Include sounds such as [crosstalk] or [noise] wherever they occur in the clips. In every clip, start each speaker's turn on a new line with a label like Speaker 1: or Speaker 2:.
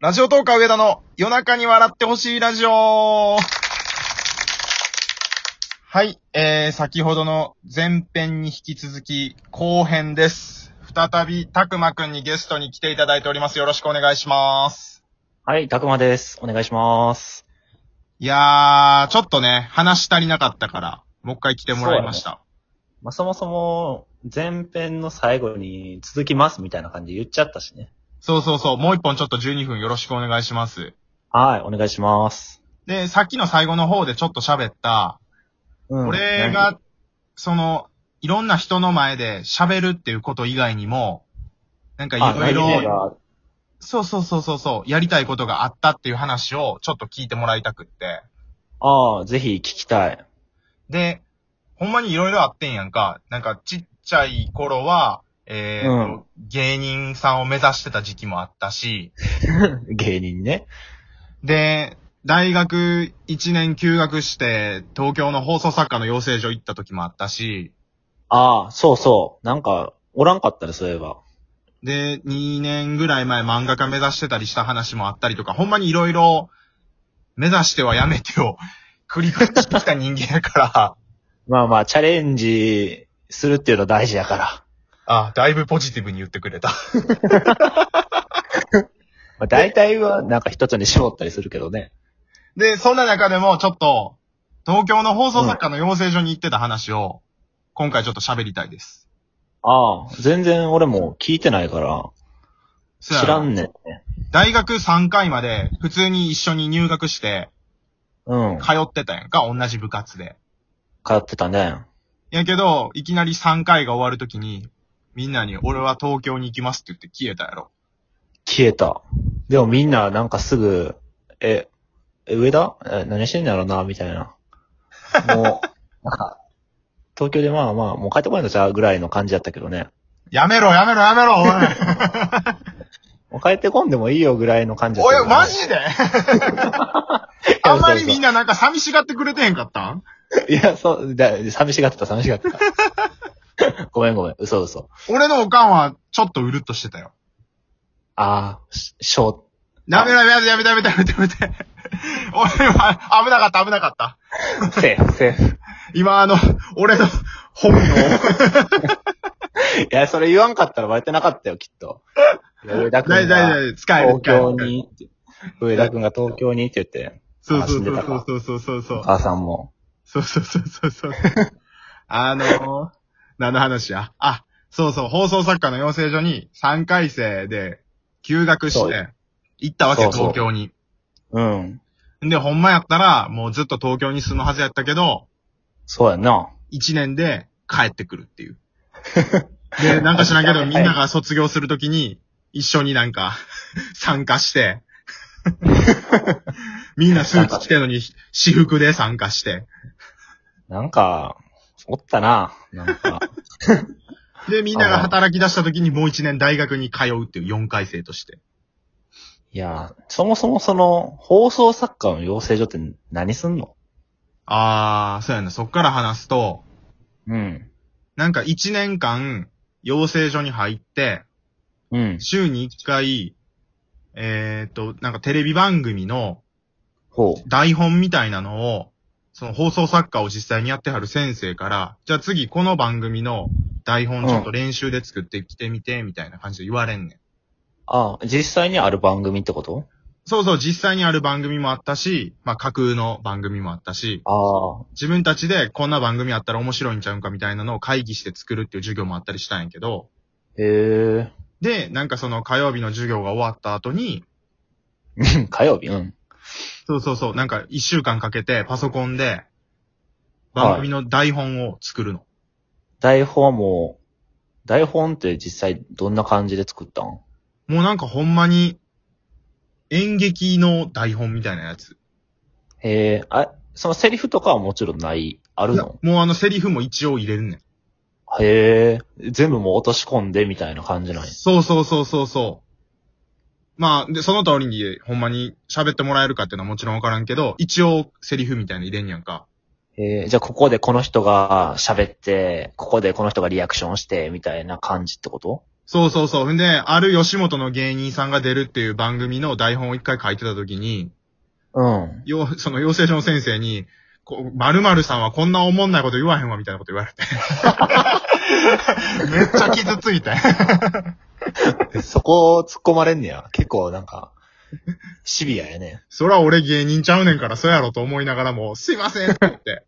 Speaker 1: ラジオトーカー上田の夜中に笑ってほしいラジオはい、えー、先ほどの前編に引き続き後編です。再び、たくまくんにゲストに来ていただいております。よろしくお願いします。
Speaker 2: はい、たくまです。お願いします。
Speaker 1: いやー、ちょっとね、話し足りなかったから、もう一回来てもらいました。
Speaker 2: まあ、そもそも、前編の最後に続きますみたいな感じで言っちゃったしね。
Speaker 1: そうそうそう、もう一本ちょっと12分よろしくお願いします。
Speaker 2: はい、お願いします。
Speaker 1: で、さっきの最後の方でちょっと喋った、
Speaker 2: うん
Speaker 1: 俺が、、その、いろんな人の前で喋るっていうこと以外にも、なんか
Speaker 2: あ、
Speaker 1: いろ
Speaker 2: 内
Speaker 1: い
Speaker 2: 容
Speaker 1: ろ、
Speaker 2: が、
Speaker 1: そうそうそうそうそう、やりたいことがあったっていう話をちょっと聞いてもらいたくって。
Speaker 2: ああ、ぜひ聞きたい。 [laughs]
Speaker 1: で、ほんまにいろいろあってんやんか。なんかちっちゃい頃は、えーと
Speaker 2: うん
Speaker 1: 芸人さんを目指してた時期もあったし、
Speaker 2: 芸人ね。
Speaker 1: で、大学1年休学して、東京の放送作家の養成所行った時もあったし、
Speaker 2: ああ、そうそう。なんか、おらんかったで、そういえば。
Speaker 1: で、2年ぐらい前漫画家目指してたりした話もあったりとか、ほんまにいろいろ、目指してはやめてを [laughs] 繰り返してきた人間やから、
Speaker 2: まあまあ、チャレンジするっていうのは大事やから。
Speaker 1: あ、だいぶポジティブに言ってくれた。
Speaker 2: まあ、大体は、なんか一つに絞ったりするけどね。
Speaker 1: で、そんな中でもちょっと、東京の放送作家の養成所に行ってた話を、今回ちょっと喋りたいです。
Speaker 2: ああ、全然俺も聞いてないから、
Speaker 1: そや
Speaker 2: 知らんねんね。
Speaker 1: 大学3回まで普通に一緒に入学して、
Speaker 2: うん。
Speaker 1: 通ってたやんか、同じ部活で。
Speaker 2: 通ってたね。
Speaker 1: やけど、いきなり3回が終わるときに、みんなに俺は東京に行きますって言って消えたやろ。
Speaker 2: 消えた。でもみんななんかすぐ、え、え上田え何してんだろうな、みたいな。もう、 [laughs] なんか、東京でまあまあ、もう帰ってこないのちゃうぐらいの感じだったけどね。
Speaker 1: やめろ、やめろ、やめ
Speaker 2: [laughs]
Speaker 1: ろ、お
Speaker 2: もう帰ってこんでもいいよぐらいの感じだっ
Speaker 1: い。
Speaker 2: た
Speaker 1: お
Speaker 2: け
Speaker 1: い、
Speaker 2: どね、
Speaker 1: マジであんまりみん
Speaker 2: な。
Speaker 1: ななんか寂しがってくれてへんかったん
Speaker 2: いや、そう、だ寂しがってた、 [laughs] 寂しがってた。ごめんごめん、嘘嘘。
Speaker 1: 俺のおかんは、ちょっとうるっとしてたよ。
Speaker 2: ああ、ししょ
Speaker 1: やめろ、やめろ、やめろ、やめろ、やめろ、やめろ。俺は、危なかった、危なかった。
Speaker 2: う、セーフ、セーフ。
Speaker 1: 今、あの、俺の本能。
Speaker 2: いや、それ言わんかったらバレてなかったよ、きっと。いや上田君
Speaker 1: 大丈夫、大
Speaker 2: が
Speaker 1: 丈夫、使える
Speaker 2: 東、
Speaker 1: 使え
Speaker 2: 京
Speaker 1: る。
Speaker 2: にって、上田君が東京にって言って、
Speaker 1: そうそうそうそうそうそう
Speaker 2: お。母さんも、
Speaker 1: そうそうそうそうそう。あのー、何の話やあ、そうそう、放送作家の養成所に3回生で休学し
Speaker 2: そ
Speaker 1: て
Speaker 2: う、
Speaker 1: 行ったわけ、
Speaker 2: そうそう
Speaker 1: 東京に。
Speaker 2: うん。
Speaker 1: で、ほんまやったら、もうずっと東京に住むはずやったけど、
Speaker 2: そうやな。
Speaker 1: 1年で帰ってくるっていう。で、なんか知らんけど、みんなが卒業するときに、一緒になんか、参加して、みんなスーツ着てるのに、私服で参加して。
Speaker 2: なんか、おったな。なん [laughs] か、
Speaker 1: で、みんなが働き出した時にもう一年大学に通うっていう4回生として。
Speaker 2: いや、そもそもその、放送作家の養成所って何すんの
Speaker 1: あー、そうやな。そっから話すと、
Speaker 2: うん。
Speaker 1: なんか1年間、養成所に入って、
Speaker 2: うん。
Speaker 1: 週に1回、えーと、なんかテレビ番組の
Speaker 2: ほ
Speaker 1: 台本みたいなのを、その放送作家を実際にやってはる先生から、じゃあ次この番組の台本ちょっと練習で作ってきてみて、みたいな感じで言われんねん。
Speaker 2: ああ、実際にある番組ってこと
Speaker 1: そうそう、実際にある番組もあったし、まあ架空の番組もあったし、
Speaker 2: ああ。
Speaker 1: 自分たちでこんな番組あったら面白いんちゃうんかみたいなのを会議して作るっていう授業もあったりしたんやけど、
Speaker 2: へえ。
Speaker 1: で、なんかその火曜日の授業が終わった後に、
Speaker 2: うん火曜日うん。
Speaker 1: そうそうそう、なんか一週間かけてパソコンで番組の台本を作るの。
Speaker 2: 台本も、台本って実際どんな感じで作ったん
Speaker 1: もうなんかほんまに演劇の台本みたいなやつ。
Speaker 2: へえ、あ、そのセリフとかはもちろんない、ある
Speaker 1: いや
Speaker 2: の
Speaker 1: もうあのセリフも一応入れるねん。
Speaker 2: へえ、全部もう落とし込んでみたいな感じなんや。
Speaker 1: そうそうそうそうそう。まあ、で、その通りにほんまに喋ってもらえるかっていうのはもちろんわからんけど、一応セリフみたいなの入れんねやんか。
Speaker 2: えーじゃあここでこの人が喋って、ここでこの人がリアクションして、みたいな感じってこと
Speaker 1: そうそうそう。ほんで、ある吉本の芸人さんが出るっていう番組の台本を一回書いてた時に、
Speaker 2: うん。
Speaker 1: よう、そ [laughs] の養成所の先生に、こう、〇〇さんはこんなおもんないこと言わへんわみたいなこと言わ [laughs] れて。めっちゃ傷ついた。
Speaker 2: そこを突っ込まれんねや。結構なん [laughs] か、シビアやね。
Speaker 1: [laughs] そら俺芸人ちゃうねんからそうやろと思いながらも、すいませんって言って。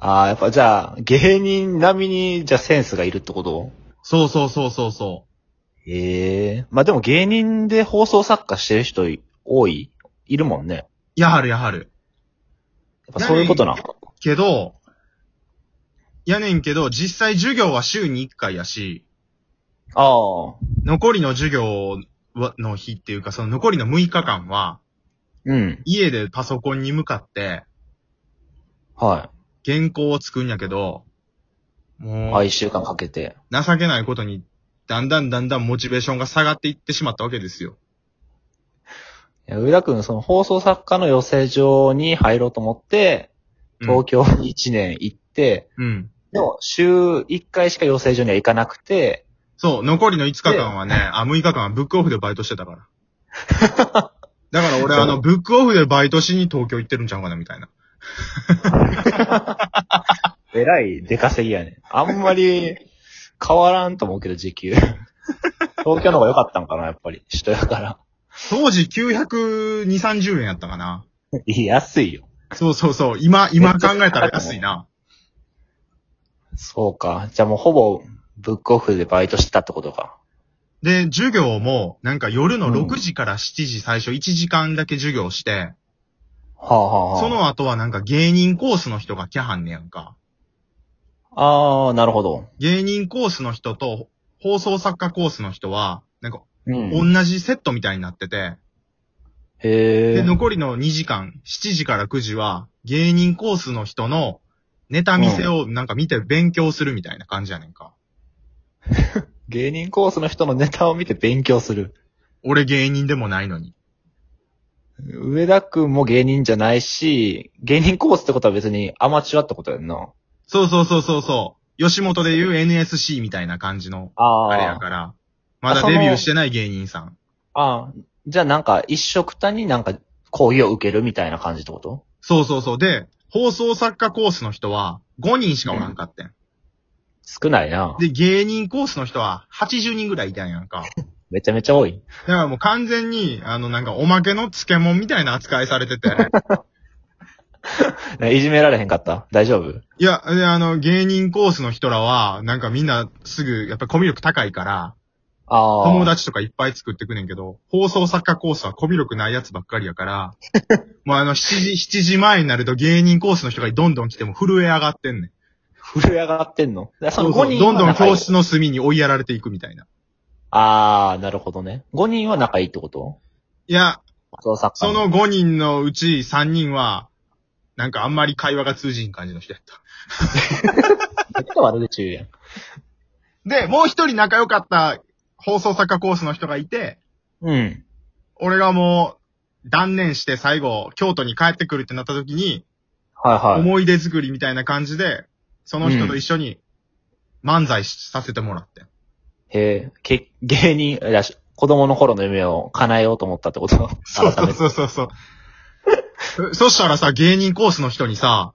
Speaker 2: ああ、やっぱじゃあ、芸人並みに、じゃあセンスがいるってこと
Speaker 1: そうそうそうそうそ
Speaker 2: ええまあでも芸人で放送作家してる人い多いいるもんね。
Speaker 1: う。やはるやはる。
Speaker 2: やっぱそういうことな。
Speaker 1: けど、やねんけど、実際授業は週に1回やし、
Speaker 2: ああ。
Speaker 1: 残りの授業はの日っていうか、その残りの6日間は、
Speaker 2: うん。
Speaker 1: 家でパソコンに向かって、
Speaker 2: は
Speaker 1: 原稿を作るんやけど、
Speaker 2: い。
Speaker 1: も
Speaker 2: あ
Speaker 1: う、
Speaker 2: 一週間かけて。
Speaker 1: 情けないことに、だんだんだんだんモチベーションが下がっていってしまったわけですよ。
Speaker 2: いや、上田くん、その放送作家の養成所に入ろうと思って、
Speaker 1: うん
Speaker 2: 東京に1年行って、
Speaker 1: うん。
Speaker 2: でも週1回しか養成所には行かなくて、
Speaker 1: そう、残りの5日間はね、あ、6日間はブックオフでバイトしてた [laughs] から。だから俺、あの、ブックオフでバイトしに東京行ってるんちゃうかな、みたいな。
Speaker 2: えらい出稼ぎやね。あんまり変わらんと思うけど、
Speaker 1: [laughs]
Speaker 2: 時給。東京の方が良かったんかな、やっぱり。首都やから。
Speaker 1: 当時920、30円やったかな。
Speaker 2: いや安いよ。
Speaker 1: そうそうそう、今、今考えたら安いな。
Speaker 2: そうか。じゃあもうほぼ、ブックオフでバイトしてたってことか。
Speaker 1: で、授業も、なんか夜の
Speaker 2: うん
Speaker 1: 6時から7時、最初1時間だけ授業して、
Speaker 2: はあ、はあはあ、
Speaker 1: その後はなんか芸人コースの人が来はんねやんか。
Speaker 2: ああ、なるほど。
Speaker 1: 芸人コースの人と放送作家コースの人は、なんか
Speaker 2: うん。
Speaker 1: 同じセットみたいになってて、
Speaker 2: へ
Speaker 1: で、
Speaker 2: え。
Speaker 1: 残りの2時間、7時から9時は芸人コースの人のネタ見せをなんか見て勉強するみたいな感じやねんか。
Speaker 2: 芸人コースの人のネタを見て勉強する。
Speaker 1: 俺芸人でもないのに。
Speaker 2: 上田くんも芸人じゃないし、芸人コースってことは別にアマチュアってことやんな。
Speaker 1: そうそうそうそうそう。吉本で言う NSC みたいな感じの、
Speaker 2: あ
Speaker 1: あれや
Speaker 2: あ。
Speaker 1: から。まだデビューしてない芸人さん。
Speaker 2: ああ。じゃあなんか、一色たになんか、講義を受けるみたいな感じってこと
Speaker 1: そうそうそう。で、放送作家コースの人は5人しかおらんかってん。
Speaker 2: 少ないな。
Speaker 1: で、芸人コースの人は80人ぐらいいたんやんか。
Speaker 2: めちゃめちゃ多い。
Speaker 1: だからもう完全に、あの、なんかおまけの漬物みたいな扱いされてて。
Speaker 2: いじめられへんかった大丈夫
Speaker 1: いや、で、あの、芸人コースの人らは、なんかみんなすぐ、やっぱりコミュ力高いから、
Speaker 2: ああ。
Speaker 1: 友達とかいっぱい作ってくねんけど、放送作家コースはコミュ力ないやつばっかりや
Speaker 2: [laughs]
Speaker 1: から、もうあの、7時、7時前になると芸人コースの人がどんどん来ても震え上がってんねん。
Speaker 2: 震え上がってんのだからその
Speaker 1: そう
Speaker 2: 5
Speaker 1: そう
Speaker 2: 人
Speaker 1: どんどん
Speaker 2: は仲いい
Speaker 1: 教室の隅に追いやられていくみたいな。
Speaker 2: ああ、なるほどね。5人は仲いいってこと
Speaker 1: いや、
Speaker 2: そう、サッカ
Speaker 1: そ
Speaker 2: ー
Speaker 1: の5人のうち3人は、なんかあんまり会話が通じん感じの人やった。
Speaker 2: めっちゃ悪口言うやん。
Speaker 1: で、もう一人仲良かった放送作家コースの人がいて、
Speaker 2: うん。
Speaker 1: 俺がもう、断念して最後、京都に帰ってくるってなった時に、
Speaker 2: はいはい。
Speaker 1: 思い出作りみたいな感じで、その人と一緒に漫才しさせてもらって。
Speaker 2: へえ、け、芸人、いやし子供の頃の夢を叶えようと思ったってこと
Speaker 1: そう
Speaker 2: 改めて
Speaker 1: そうそうそうそう。 [laughs] そしたらさ、芸人コースの人にさ、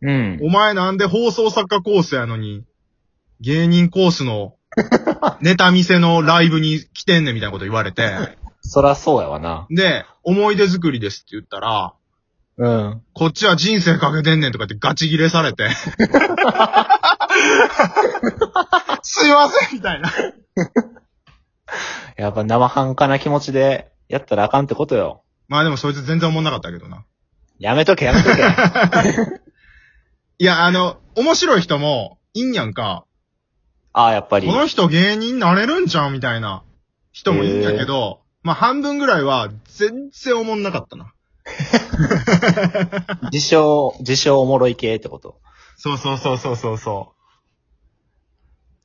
Speaker 2: うん。
Speaker 1: お前なんで放送作家コースやのに、芸人コースのネタ見せのライブに来てんねんみたいなこと言われて、
Speaker 2: そらそうやわな。
Speaker 1: で、思い出作りですって言ったら、
Speaker 2: うん。
Speaker 1: こっちは人生かけてんねんとかってガチ切れさ [laughs] れて。すいませんみたいな。
Speaker 2: やっぱ生半可な気持ちでやったらあかんってことよ。
Speaker 1: まあでもそいつ全然思んなかったけどな。
Speaker 2: やめとけやめと
Speaker 1: [laughs]
Speaker 2: け。
Speaker 1: いや、あの、面白い人も、いいんやんか。
Speaker 2: ああ、やっぱ
Speaker 1: こ
Speaker 2: り。
Speaker 1: の人芸人なれるんちゃうみたいな人もいいんやけど、まあ半分ぐらいは全然思んなかったな。
Speaker 2: 自称、自称おもろい系ってこと。
Speaker 1: そうそうそうそうそうそ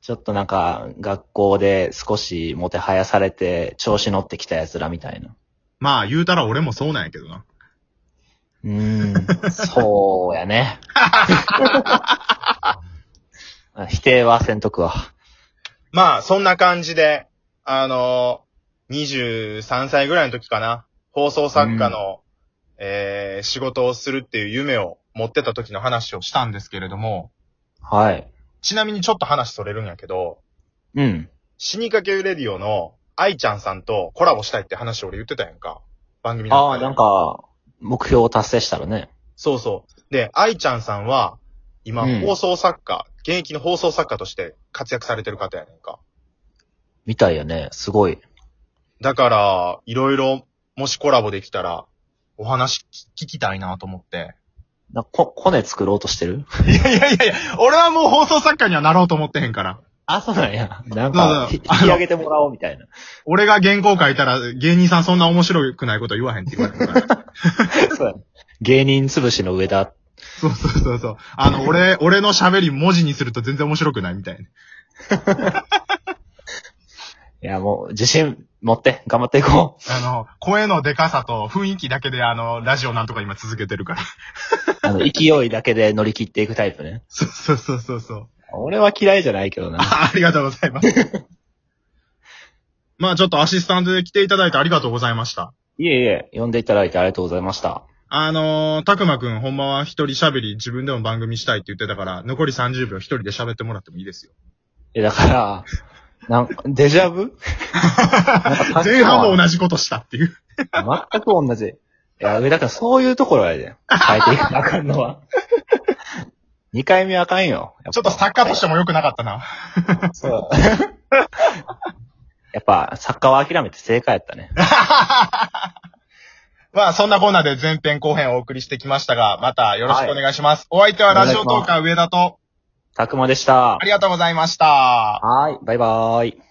Speaker 2: ちょっとなんか、学校で少しもてはやされて、調子乗ってきた奴らみたいな。
Speaker 1: う。まあ言うたら俺もそうなんやけどな。
Speaker 2: うーん、そう
Speaker 1: [laughs]
Speaker 2: やね。否定はせんとくわ。
Speaker 1: まあ、そんな感じで、あのー、23歳ぐらいの時かな、放送作家の、えー、仕事をするっていう夢を持ってた時の話をしたんですけれども、
Speaker 2: はい。
Speaker 1: ちなみにちょっと話それるんやけど、
Speaker 2: うん。
Speaker 1: 死にかけレディオの愛ちゃんさんとコラボしたいって話を俺言ってたやんか。番組の中
Speaker 2: ああ、
Speaker 1: で
Speaker 2: なん。か、目標を達成したらね。
Speaker 1: そうそう。で、愛ちゃんさんは、今、
Speaker 2: うん
Speaker 1: 放送作家、現役の放送作家として活躍されてる方やねんか。
Speaker 2: みたいやね。すごい。
Speaker 1: だから、いろいろ、もしコラボできたら、お話聞きたいなと思って。
Speaker 2: なこ、骨作ろうとしてる
Speaker 1: いやいやいやいや、俺はもう放送作家にはなろうと思ってへんから。
Speaker 2: あ、そうなんや。なん
Speaker 1: まあ
Speaker 2: か、ひ引き上げてもらおう
Speaker 1: [laughs]
Speaker 2: みたいな。
Speaker 1: 俺が原稿書いたら、芸人さんそんな面白くないこと言わへんって言われるから。 [laughs]
Speaker 2: そうやね芸人潰しの上だ。
Speaker 1: そうそうそうそう。あの、俺、俺の喋り文字にすると全然面白くないみたいな。
Speaker 2: いや、もう、自信持って、頑張っていこ
Speaker 1: あの、声のデカさと雰囲気だけで、あの、ラジオなんとか今続けてるから。 [laughs]
Speaker 2: う。あの、勢いだけで乗り切っていくタイプね。
Speaker 1: そうそうそうそうそう。
Speaker 2: 俺は嫌いじゃないけどな。
Speaker 1: あありがとうござい [laughs] ます。まあちょっとアシスタントで来ていただいてありがとうございました。
Speaker 2: いえいえ、呼んでいただいてありがとうございました。
Speaker 1: あのー、たくまくん、ほんまは一人喋り自分でも番組したいって言ってたから、残り30秒一人で喋ってもらってもいいですよ。
Speaker 2: え、だから、なんデジャ
Speaker 1: [laughs]
Speaker 2: ブなんか
Speaker 1: 前半も同じことしたっていう。
Speaker 2: 全く同じ。いや、上田君、そういうところやで。変えていかなあかん
Speaker 1: [laughs]
Speaker 2: のは。二回目はあかんよ。やぱ
Speaker 1: ちょっと作家としても良くなかったな。
Speaker 2: そう。やっぱ、作家は諦めて正解やったね。
Speaker 1: [laughs] まあ、そんなコーナーで前編後編をお送りしてきましたが、またよろしくお願いします。お相手はラジオトーカー上田と、
Speaker 2: たくまでした
Speaker 1: あ。りがとうございました。
Speaker 2: はい、バイバーイ。